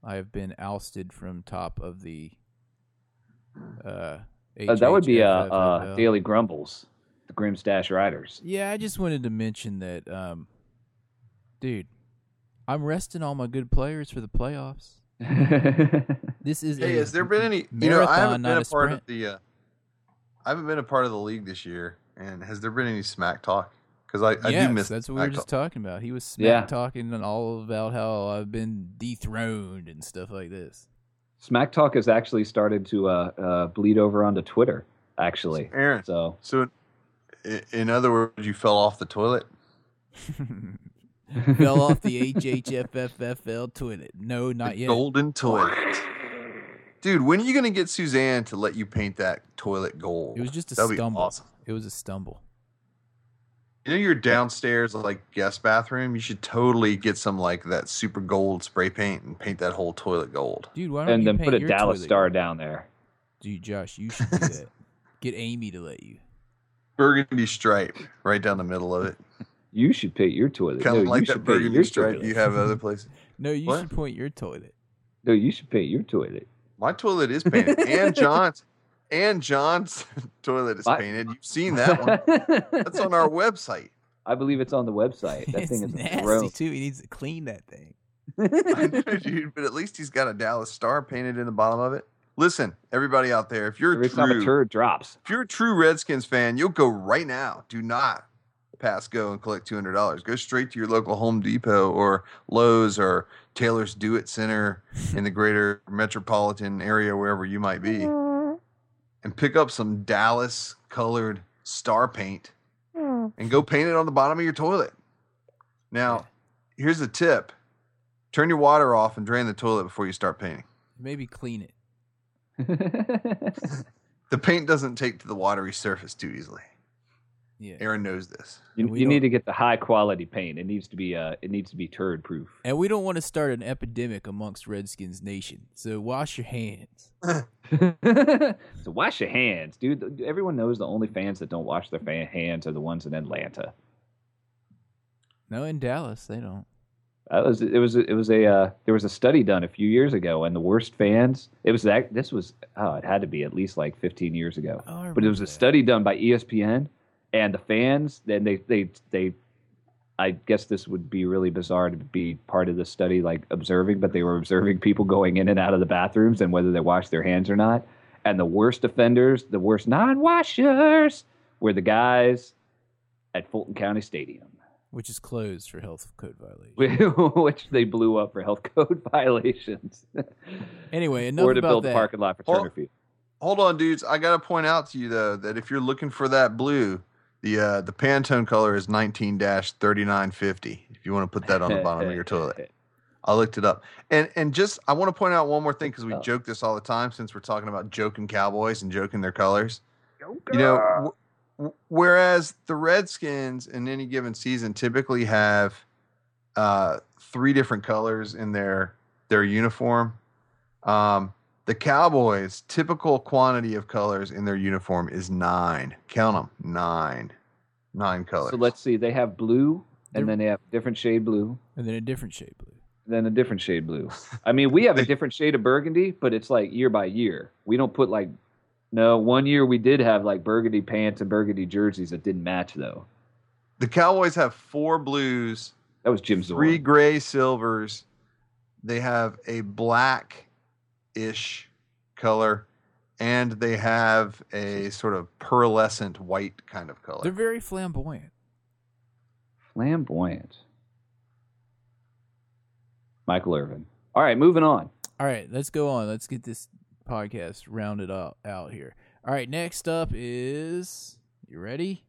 I have been ousted from top of the uh, Uh, that would be uh, HHFFFL. uh, Daily Grumbles, the Grim Stash Riders. Yeah, I just wanted to mention that um dude, I'm resting all my good players for the playoffs. This is Hey, a has there been any? You know, marathon, I haven't not been a a part sprint. of the. Uh, I haven't been a part of the league this year, and has there been any smack talk? Because I, I yes, do miss that's what we smack were just talking about. He was smack Yeah. talking and all about how I've been dethroned and stuff like this. Smack Talk has actually started to uh, uh, bleed over onto Twitter, actually. Aaron. So So, i- in other words, you fell off the toilet. Fell off the HHFFFL toilet. No, not yet. Golden toilet. Dude, when are you gonna get Suzanne to let you paint that toilet gold? It was just a That'd be stumble. awesome. It was a stumble. You know, your downstairs like guest bathroom. You should totally get some like that super gold spray paint and paint that whole toilet gold. Dude, why don't and you then paint put a your Dallas toilet? Star down there. Dude, Josh, you should do that. Get Amy to let you. Burgundy stripe right down the middle of it, You should paint your toilet. kind no, of you like should that paint your burgundy stripe toilet. you have other places. No, you What? should point your toilet. No, you should paint your toilet. My toilet is painted, and John's and John's toilet is My- painted. You've seen that one. That's on our website. I believe it's on the website. That thing is it's nasty gross. too. He needs to clean that thing. I know, dude, but at least he's got a Dallas Star painted in the bottom of it. Listen, everybody out there, if you're Every a time a true, turd drops, if you're a true Redskins fan, you'll go right now. Do not pass go and collect two hundred dollars. Go straight to your local Home Depot or Lowe's or Taylor's Do It Center in the greater metropolitan area, wherever you might be, and pick up some Dallas colored star paint and go paint it on the bottom of your toilet. Now, here's a tip: Turn your water off and drain the toilet before you start painting. Maybe clean it. The paint doesn't take to the watery surface too easily. Yeah. Aaron knows this. And you we you need don't- to get the high quality paint. It needs to be uh, it needs to be turd proof. And we don't want to start an epidemic amongst Redskins Nation. So wash your hands. so wash your hands, dude. Everyone knows the only fans that don't wash their fan hands are the ones in Atlanta. No, in Dallas they don't. That was it was it was a uh, there was a study done a few years ago, and the worst fans. It was that this was oh it had to be at least like 15 years ago, Oh, I but it was remember a that. study done by E ESPN, and the fans. Then they they they. I guess this would be really bizarre to be part of the study, like observing, but they were observing people going in and out of the bathrooms and whether they washed their hands or not. And the worst offenders, the worst non-washers, were the guys at Fulton County Stadium Which is closed for health code violation. which they blew up for health code violations, Anyway, enough or to about build that. a parking lot for Well- Turner Field. Hold on, dudes. I gotta point out to you though that if you're looking for that blue, the uh, the Pantone color is 19 3950. If you want to put that on the bottom of your toilet, I looked it up. And and just I want to point out one more thing because we Oh. joke this all the time since we're talking about joking cowboys and joking their colors. You You know, w- w- whereas the Redskins in any given season typically have uh, three different colors in their their uniform. Um, the Cowboys' typical quantity of colors in their uniform is nine. Count them, nine, nine colors. So let's see. They have blue, and then they have different shade blue, And then a different shade blue. and then a different shade blue. I mean, we have a different shade of burgundy, but it's like year by year. We don't put like no. One year we did have like burgundy pants and burgundy jerseys that didn't match though. the Cowboys have four blues, That was Jim three Zorn. gray silvers. They have a black ish color, and they have a sort of pearlescent white kind of color. They're very flamboyant. Flamboyant. Michael Irvin. All right, moving on. All right, let's go on. Let's get this podcast rounded out, out here. All right, next up is you ready?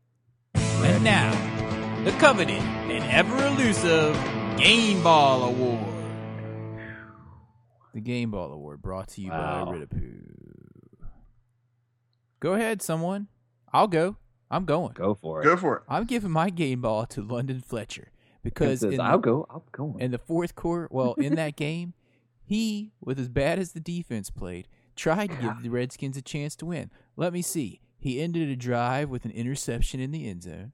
And now, the coveted and ever elusive Game Ball Award. The Game Ball Award brought to you Wow. by Ritapoo. Go ahead, someone. I'll go. I'm going. Go for it. Go for it. I'm giving my game ball to London Fletcher because Says, in the- I'll go. I'll go. in the fourth quarter, well, in that game, he, with as bad as the defense played, tried to give the Redskins a chance to win. Let me see. He ended a drive with an interception in the end zone.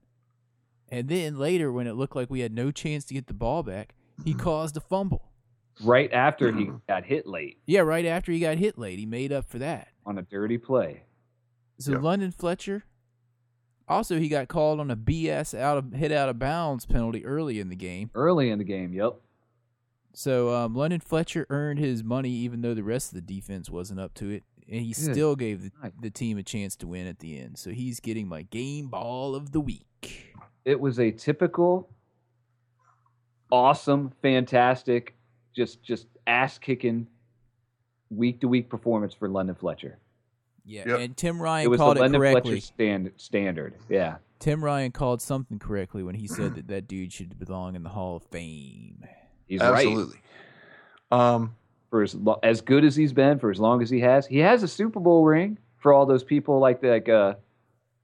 And then later, when it looked like we had no chance to get the ball back, he caused a fumble. right after he got hit late Yeah, right after he got hit late, he made up for that. on a dirty play. So Yeah. London Fletcher. Also, he got called on a BS out of hit out of bounds penalty early in the game. Early in the game, yep. So um, London Fletcher earned his money, even though the rest of the defense wasn't up to it, and he Good still gave the, night. the team a chance to win at the end. So he's getting my game ball of the week. It was a typical awesome, fantastic, just just ass kicking week to week performance for London Fletcher. Yeah, Yep. and Tim It Ryan was the called it London Fletcher correctly. stand, standard. Yeah. Tim Ryan called something correctly when he said that that dude should belong in the Hall of Fame. He's right. Absolutely. Um, For as lo- as good as he's been, for as long as he has, he has a Super Bowl ring for all those people like like uh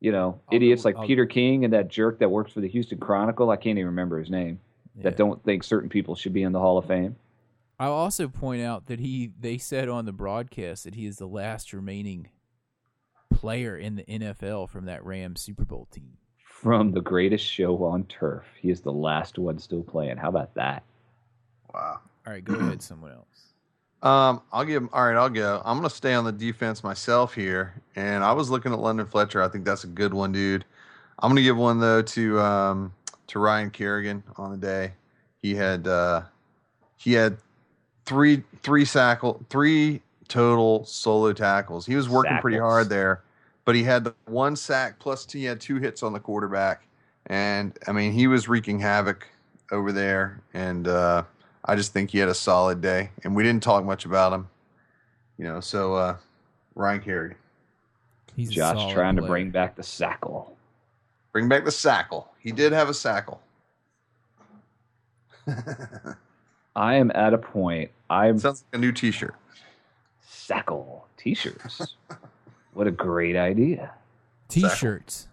you know, I'll idiots go- like I'll- Peter King and that jerk that works for the Houston Chronicle. I can't even remember his name. Yeah. that don't think certain people should be in the Hall of Fame. I'll also point out that he they said on the broadcast that he is the last remaining player in the NFL from that Rams Super Bowl team. From the greatest show on turf, he is the last one still playing. How about that? wow. All right, go ahead, someone else. Um, I'll give him. All right, I'll go. I'm gonna stay on the defense myself here, and I was looking at London Fletcher. I think that's a good one, dude. I'm gonna give one though to um, to Ryan Kerrigan on the day. He had uh, he had three three sackle three total solo tackles. He was working pretty Sackles. hard there, but he had the one sack plus he had two hits on the quarterback, and I mean he was wreaking havoc over there. And uh, I just think he had a solid day, and we didn't talk much about him, you know. So uh, Ryan Kerrigan, He's a Josh solid trying to player. bring back the sackle. bring back the sackle. He did have a sackle. I am at a point. I'm Sounds like a new T-shirt. Sackle t-shirts. what a great idea. T-shirts.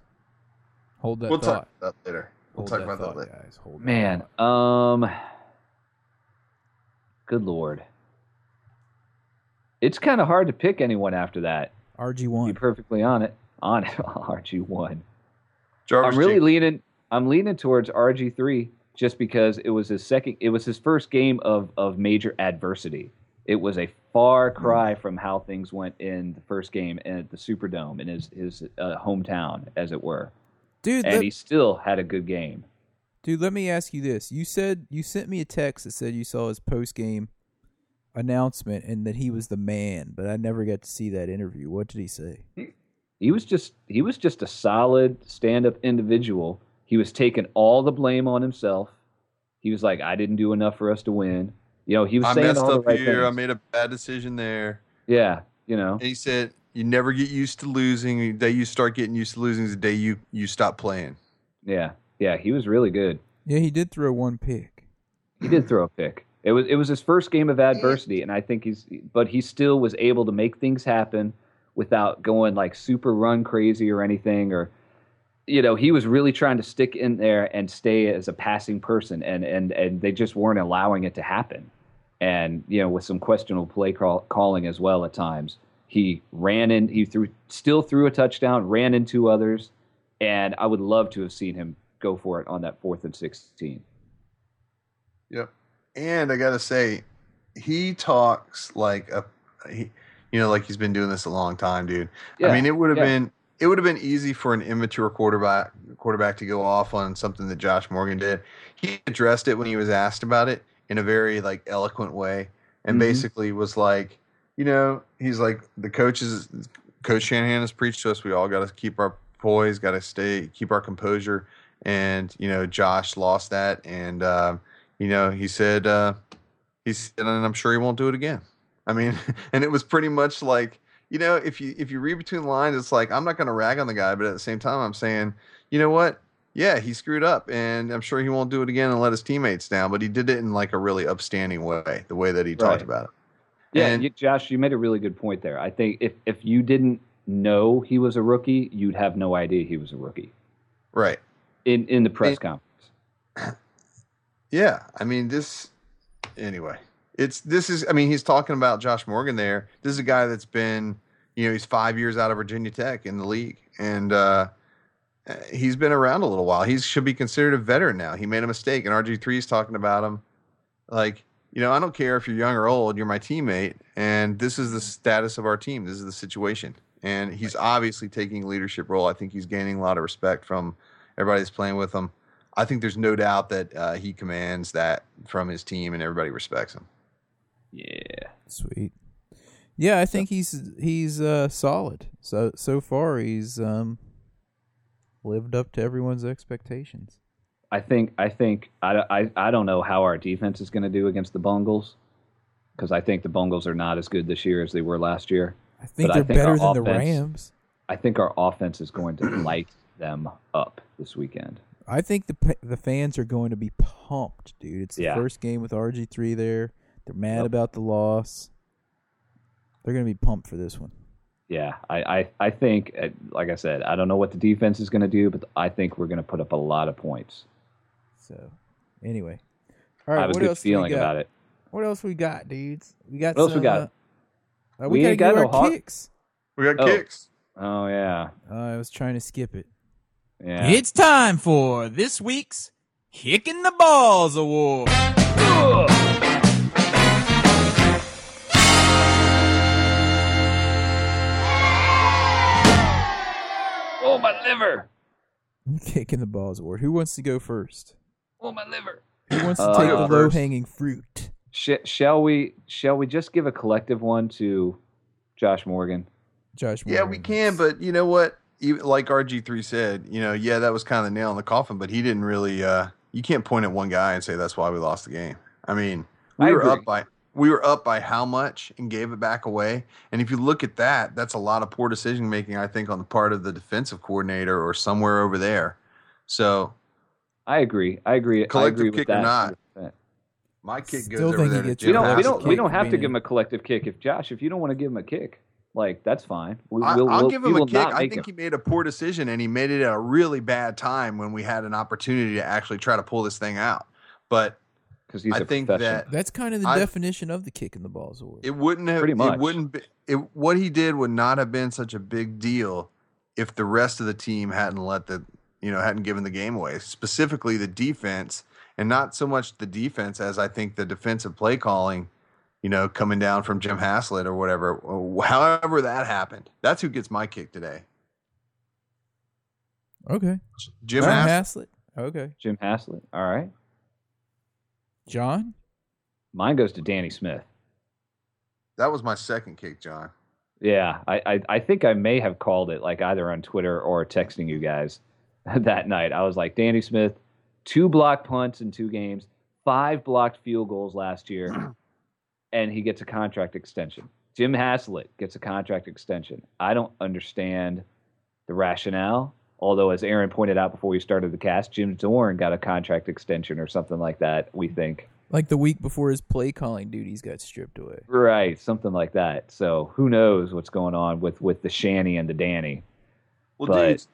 Hold that We'll thought. talk about that later. We'll Hold talk about thought, that later. guys. Hold that Man, thought. um Good lord. It's kind of hard to pick anyone after that. RG To be one. perfectly on it. On RG1. Jarvis I'm really Jenkins. leaning I'm leaning towards RG3 just because it was his second it was his first game of of major adversity. It was a far cry from how things went in the first game and at the Superdome in his his uh, hometown as it were. Dude, And let, he still had a good game. dude, let me ask you this. You said you sent me a text that said you saw his post game announcement and that he was the man, but I never got to see that interview. What did he say? he was just he was just a solid stand-up individual he was taking all the blame on himself he was like i didn't do enough for us to win you know he was I saying messed all the up right here. I things made a bad decision there. yeah you know And he said, "You never get used to losing. The day you start getting used to losing is the day you you stop playing." yeah yeah he was really good Yeah, he did throw one pick. he did throw a pick it was it was his first game of adversity and i think he's but he still was able to make things happen without going like super run crazy or anything or you know he was really trying to stick in there and stay as a passing person and and and they just weren't allowing it to happen and you know with some questionable play call, calling as well at times he ran in he threw still threw a touchdown ran into others and i would love to have seen him go for it on that fourth and 16 Yep. And I gotta say, he talks like a, he, you know, like he's been doing this a long time, dude. I Yeah, mean, it would have yeah. been it would have been easy for an immature quarterback quarterback to go off on something that Josh Morgan did. He addressed it when he was asked about it in a very like eloquent way, and Mhm. basically was like, you know, he's like the coaches, Coach Shanahan has preached to us. We all got to keep our poise, got to stay, keep our composure, and you know, Josh lost that, and um, you know, he said, uh, he said, and I'm sure he won't do it again. I mean, and it was pretty much like you know, if you if you read between the lines, it's like I'm not going to rag on the guy, but at the same time, I'm saying, you know what? Yeah, he screwed up, and I'm sure he won't do it again and let his teammates down. But he did it in like a really upstanding way, the way that he Right. talked about it. Yeah, And- you, Josh, you made a really good point there. I think if if you didn't know he was a rookie, you'd have no idea he was a rookie Right. in in the press It- conference. Yeah. I mean, this. Anyway, it's this is. I mean, he's talking about Josh Morgan there. This is a guy that's been, you know, he's five years out of Virginia Tech in the league, and uh, uh, he's been around a little while. He should be considered a veteran now. He made a mistake, and RG 3s talking about him. Like, you know, I don't care if you're young or old. You're my teammate, and this is the status of our team. This is the situation, and he's obviously taking a leadership role. I think he's gaining a lot of respect from everybody that's playing with him. I think there's no doubt that uh, he commands that from his team, and everybody respects him. Yeah, Sweet. Yeah, I think he's he's uh solid. So so far he's um lived up to everyone's expectations. I think I think I don't- I, I don't know how our defense is going to do against the Bungles because I think the Bungles are not as good this year as they were last year. I think But I they're think our better than the offense- Rams. I think our offense is going to light them up this weekend. I think the pa- the fans are going to be pumped, dude. It's the Yeah. first game with RG3 there. They're mad Yep. about the loss. They're going to be pumped for this one. Yeah, I, I, I think, uh, like I said, I don't know what the defense is going to do, but I think we're going to put up a lot of points. So, anyway. All right, I have a what good else feeling we got? about it. What else we got, dudes? We got What else we some, got? uh, uh, We we ain't got got our no hot- kicks. We got Oh. kicks. Oh yeah, Uh, I was trying to skip it. yeah. It's time for this week's Kicking the Balls Award. Oh my liver! Kicking the balls award. Who wants to go first? Oh my liver! Who wants to Uh, take I'll the go first. low hanging fruit? Sh- shall we? Shall we just give a collective one to Josh Morgan? Josh. Yeah, we Morgan. can, but you know what? Even, like RG3 said, you know, yeah, that was kind of the nail in the coffin, but he didn't really. Uh, you can't point at one guy and say that's why we lost the game. I mean, we I were agree. up by we were up by how much and gave it back away. And if you look at that, that's a lot of poor decision making, I think, on the part of the defensive coordinator or somewhere over there. So I agree. I agree. I Collective agree with kick or that. not. My kick goes Still over think there he to gets Jim it. We don't. We That's Haskins. don't. the We kick don't have to being- give him a collective kick. If Josh, if you don't want to give him a kick, like that's fine. We, I, will I'll give him a kick. I think him. he made a poor decision, and he made it at a really bad time when we had an opportunity to actually try to pull this thing out. But because he's I a think professional. that- That's kind of the I- definition of the kick in the balls award. it wouldn't have. Pretty much. It wouldn't. Be, it, what he did would not have been such a big deal if the rest of the team hadn't let the you know hadn't given the game away, specifically the defense, and not so much the defense as I think the defensive play calling. You know, coming down from Jim Haslett or whatever, however that happened. That's who gets my kick today. okay. Jim John Haslett. Haslett. Okay. Jim Haslett. All right, John? mine goes to Danny Smith. That was my second kick, John. Yeah, I, I, I think I may have called it like either on Twitter or texting you guys that night. I was like, Danny Smith, two block punts in two games, five blocked field goals last year, and he gets a contract extension. Jim Haslett gets a contract extension. I don't understand the rationale. Although, as Aaron pointed out before we started the cast, Jim Zorn got a contract extension or something like that. We think. Like the week before his play calling duties got stripped away. Right, something like that. So who knows what's going on with with the Shanny and the Danny? Well, But- dudes,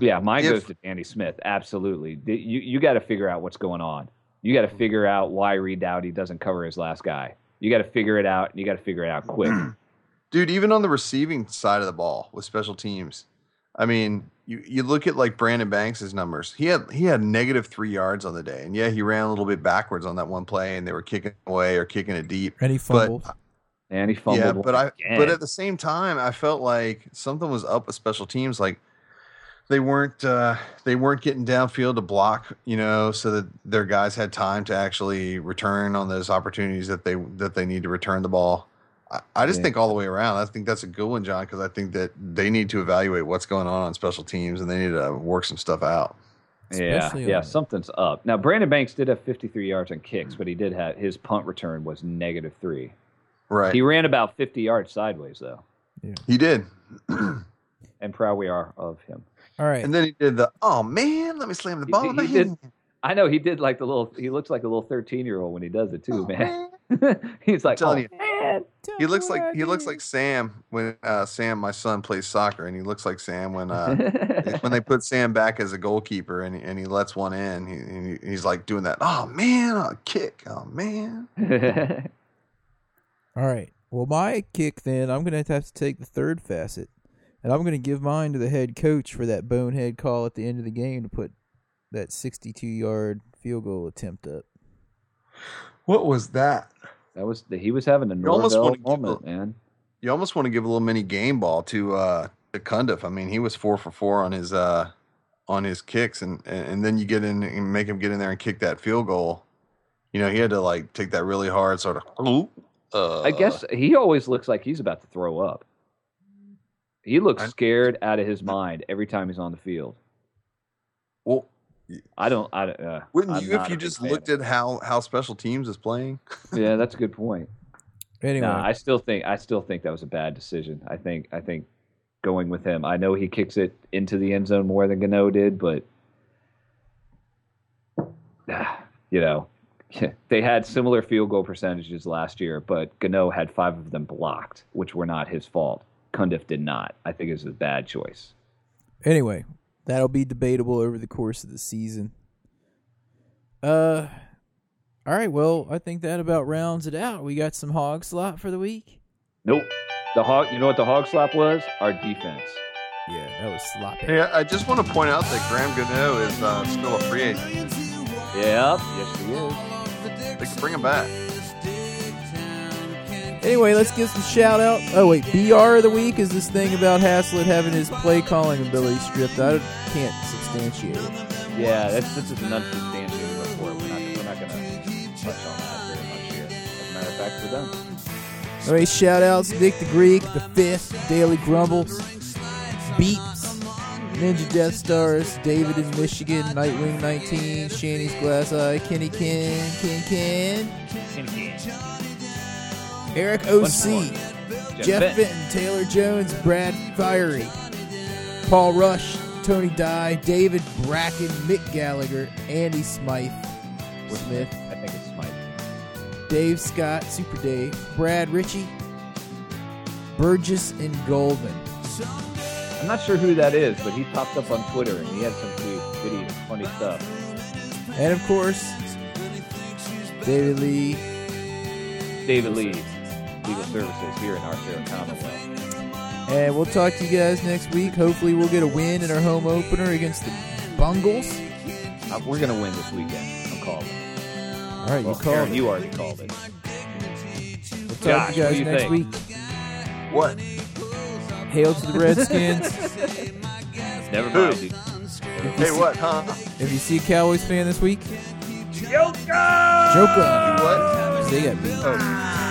Yeah, mine If- goes to Danny Smith. Absolutely, D- you you got to figure out what's going on. You got Mm-hmm. to figure out why Reed Dowdy doesn't cover his last guy. You got to figure it out, and you got to figure it out quick. dude, even on the receiving side of the ball with special teams, I mean, you, you look at like Brandon Banks' numbers. He had he had negative three yards on the day, and yeah, he ran a little bit backwards on that one play, and they were kicking away or kicking it deep. And he fumbled. and he fumbled. yeah, but once I again. but at the same time, I felt like something was up with special teams. Like they weren't uh, they weren't getting downfield to block, you know, so that their guys had time to actually return on those opportunities that they that they need to return the ball. I, I just Yeah. think all the way around. I think that's a good one, John, because I think that they need to evaluate what's going on on special teams and they need to work some stuff out. yeah, Especially yeah, on- something's up. Now Brandon Banks did have 53 yards on Mm. kicks, but he did have his punt return was negative three. Right? He He, ran about 50 yards sideways though, did, and proud we are of him. All right. and then he did the oh man, let me slam the He- ball. he- in my he did- hand." I know he did like the little. He looks like a little 13 year old when he does it too, Oh, man. He's like, telling oh, you. man. He looks like he looks like Sam when uh, Sam, my son, plays soccer, and he looks like Sam when "Oh." uh, when they put Sam back as a goalkeeper, and and he lets one in. He- He, he he's like doing that. Oh man, a kick. Oh man. All right. Well, my kick then, I'm going to have to take the third facet, and I'm going to give mine to the head coach for that bonehead call at the end of the game to put that 62 yard field goal attempt up. What was that? That was he was having a You almost Norvell wanna give moment, up. man. You almost want to give a little mini game ball to uh, to Cundiff. I mean, he was four for four on his uh, on his kicks, and and and then you get in and make him get in there and kick that field goal. You know, he had to like take that really hard sort of. Uh, I guess he always looks like he's about to throw up. He looks I- scared out of his mind every time he's on the field. Well, I don't. I don't. Uh, Wouldn't I'm you not if a you big just fan looked of at how how special teams is playing? it. Yeah, that's a good point. Anyway, No, I still think I still think that was a bad decision. I think I think going with him. I know he kicks it into the end zone more than Gano did, but you know they had similar field goal percentages last year, but Gano had five of them blocked, which were not his fault. Cundiff did not. I think it was a bad choice. anyway, that'll be debatable over the course of the season. Uh, all right. Well, I think that about rounds it out. We got some hog slot for the week. Nope. The hog. You know what the hog slap was? Our defense. Yeah, that was sloppy. Hey, I I just want to point out that Graham Gano is uh, still a free agent. Yep. Yes, he is. They can bring him back. Anyway, let's give some shout out. Oh wait, BR of the week is this thing about Haslett having his play calling ability stripped. I can't substantiate it. Yeah, that's this is an unsubstantiated report. We're not, we're not going to touch on that very much here. As a matter of fact, we're done. Anyway, shout outs Nick the Greek, the Fifth, Daily Grumbles, Beeps, Ninja Death Stars, David in Michigan, Nightwing 19, Shanny's Glass Eye, Kenny Ken, Ken Ken, Eric more. OC, Jeff Jeff Benton. Benton, Taylor Jones, Brad Fiery, Paul Rush, Tony Dye, David Bracken, Mick Gallagher, Andy Smythe, Smith, I think it's Smite. Dave Scott, Super Dave, Brad Ritchie, Burgess, and Goldman. I'm not sure who that is, but he popped up on Twitter and he had some cute video, funny stuff. And of course, David Lee. David Lee, legal services here in our fair commonwealth. And we'll talk to you guys next week. Hopefully, we'll get a win in our home opener against the Bungles. Uh, We're gonna win this weekend. I'm calling. it. All right, Well, you called. Aaron, it. you already called it. we'll Josh, talk what to you guys do you next think? week. What? Hail to the Redskins. Never Who? mind. dude. Hey, what? Huh? if you see a Cowboys fan this week, Joker! Joker! What? They got beat. Oh.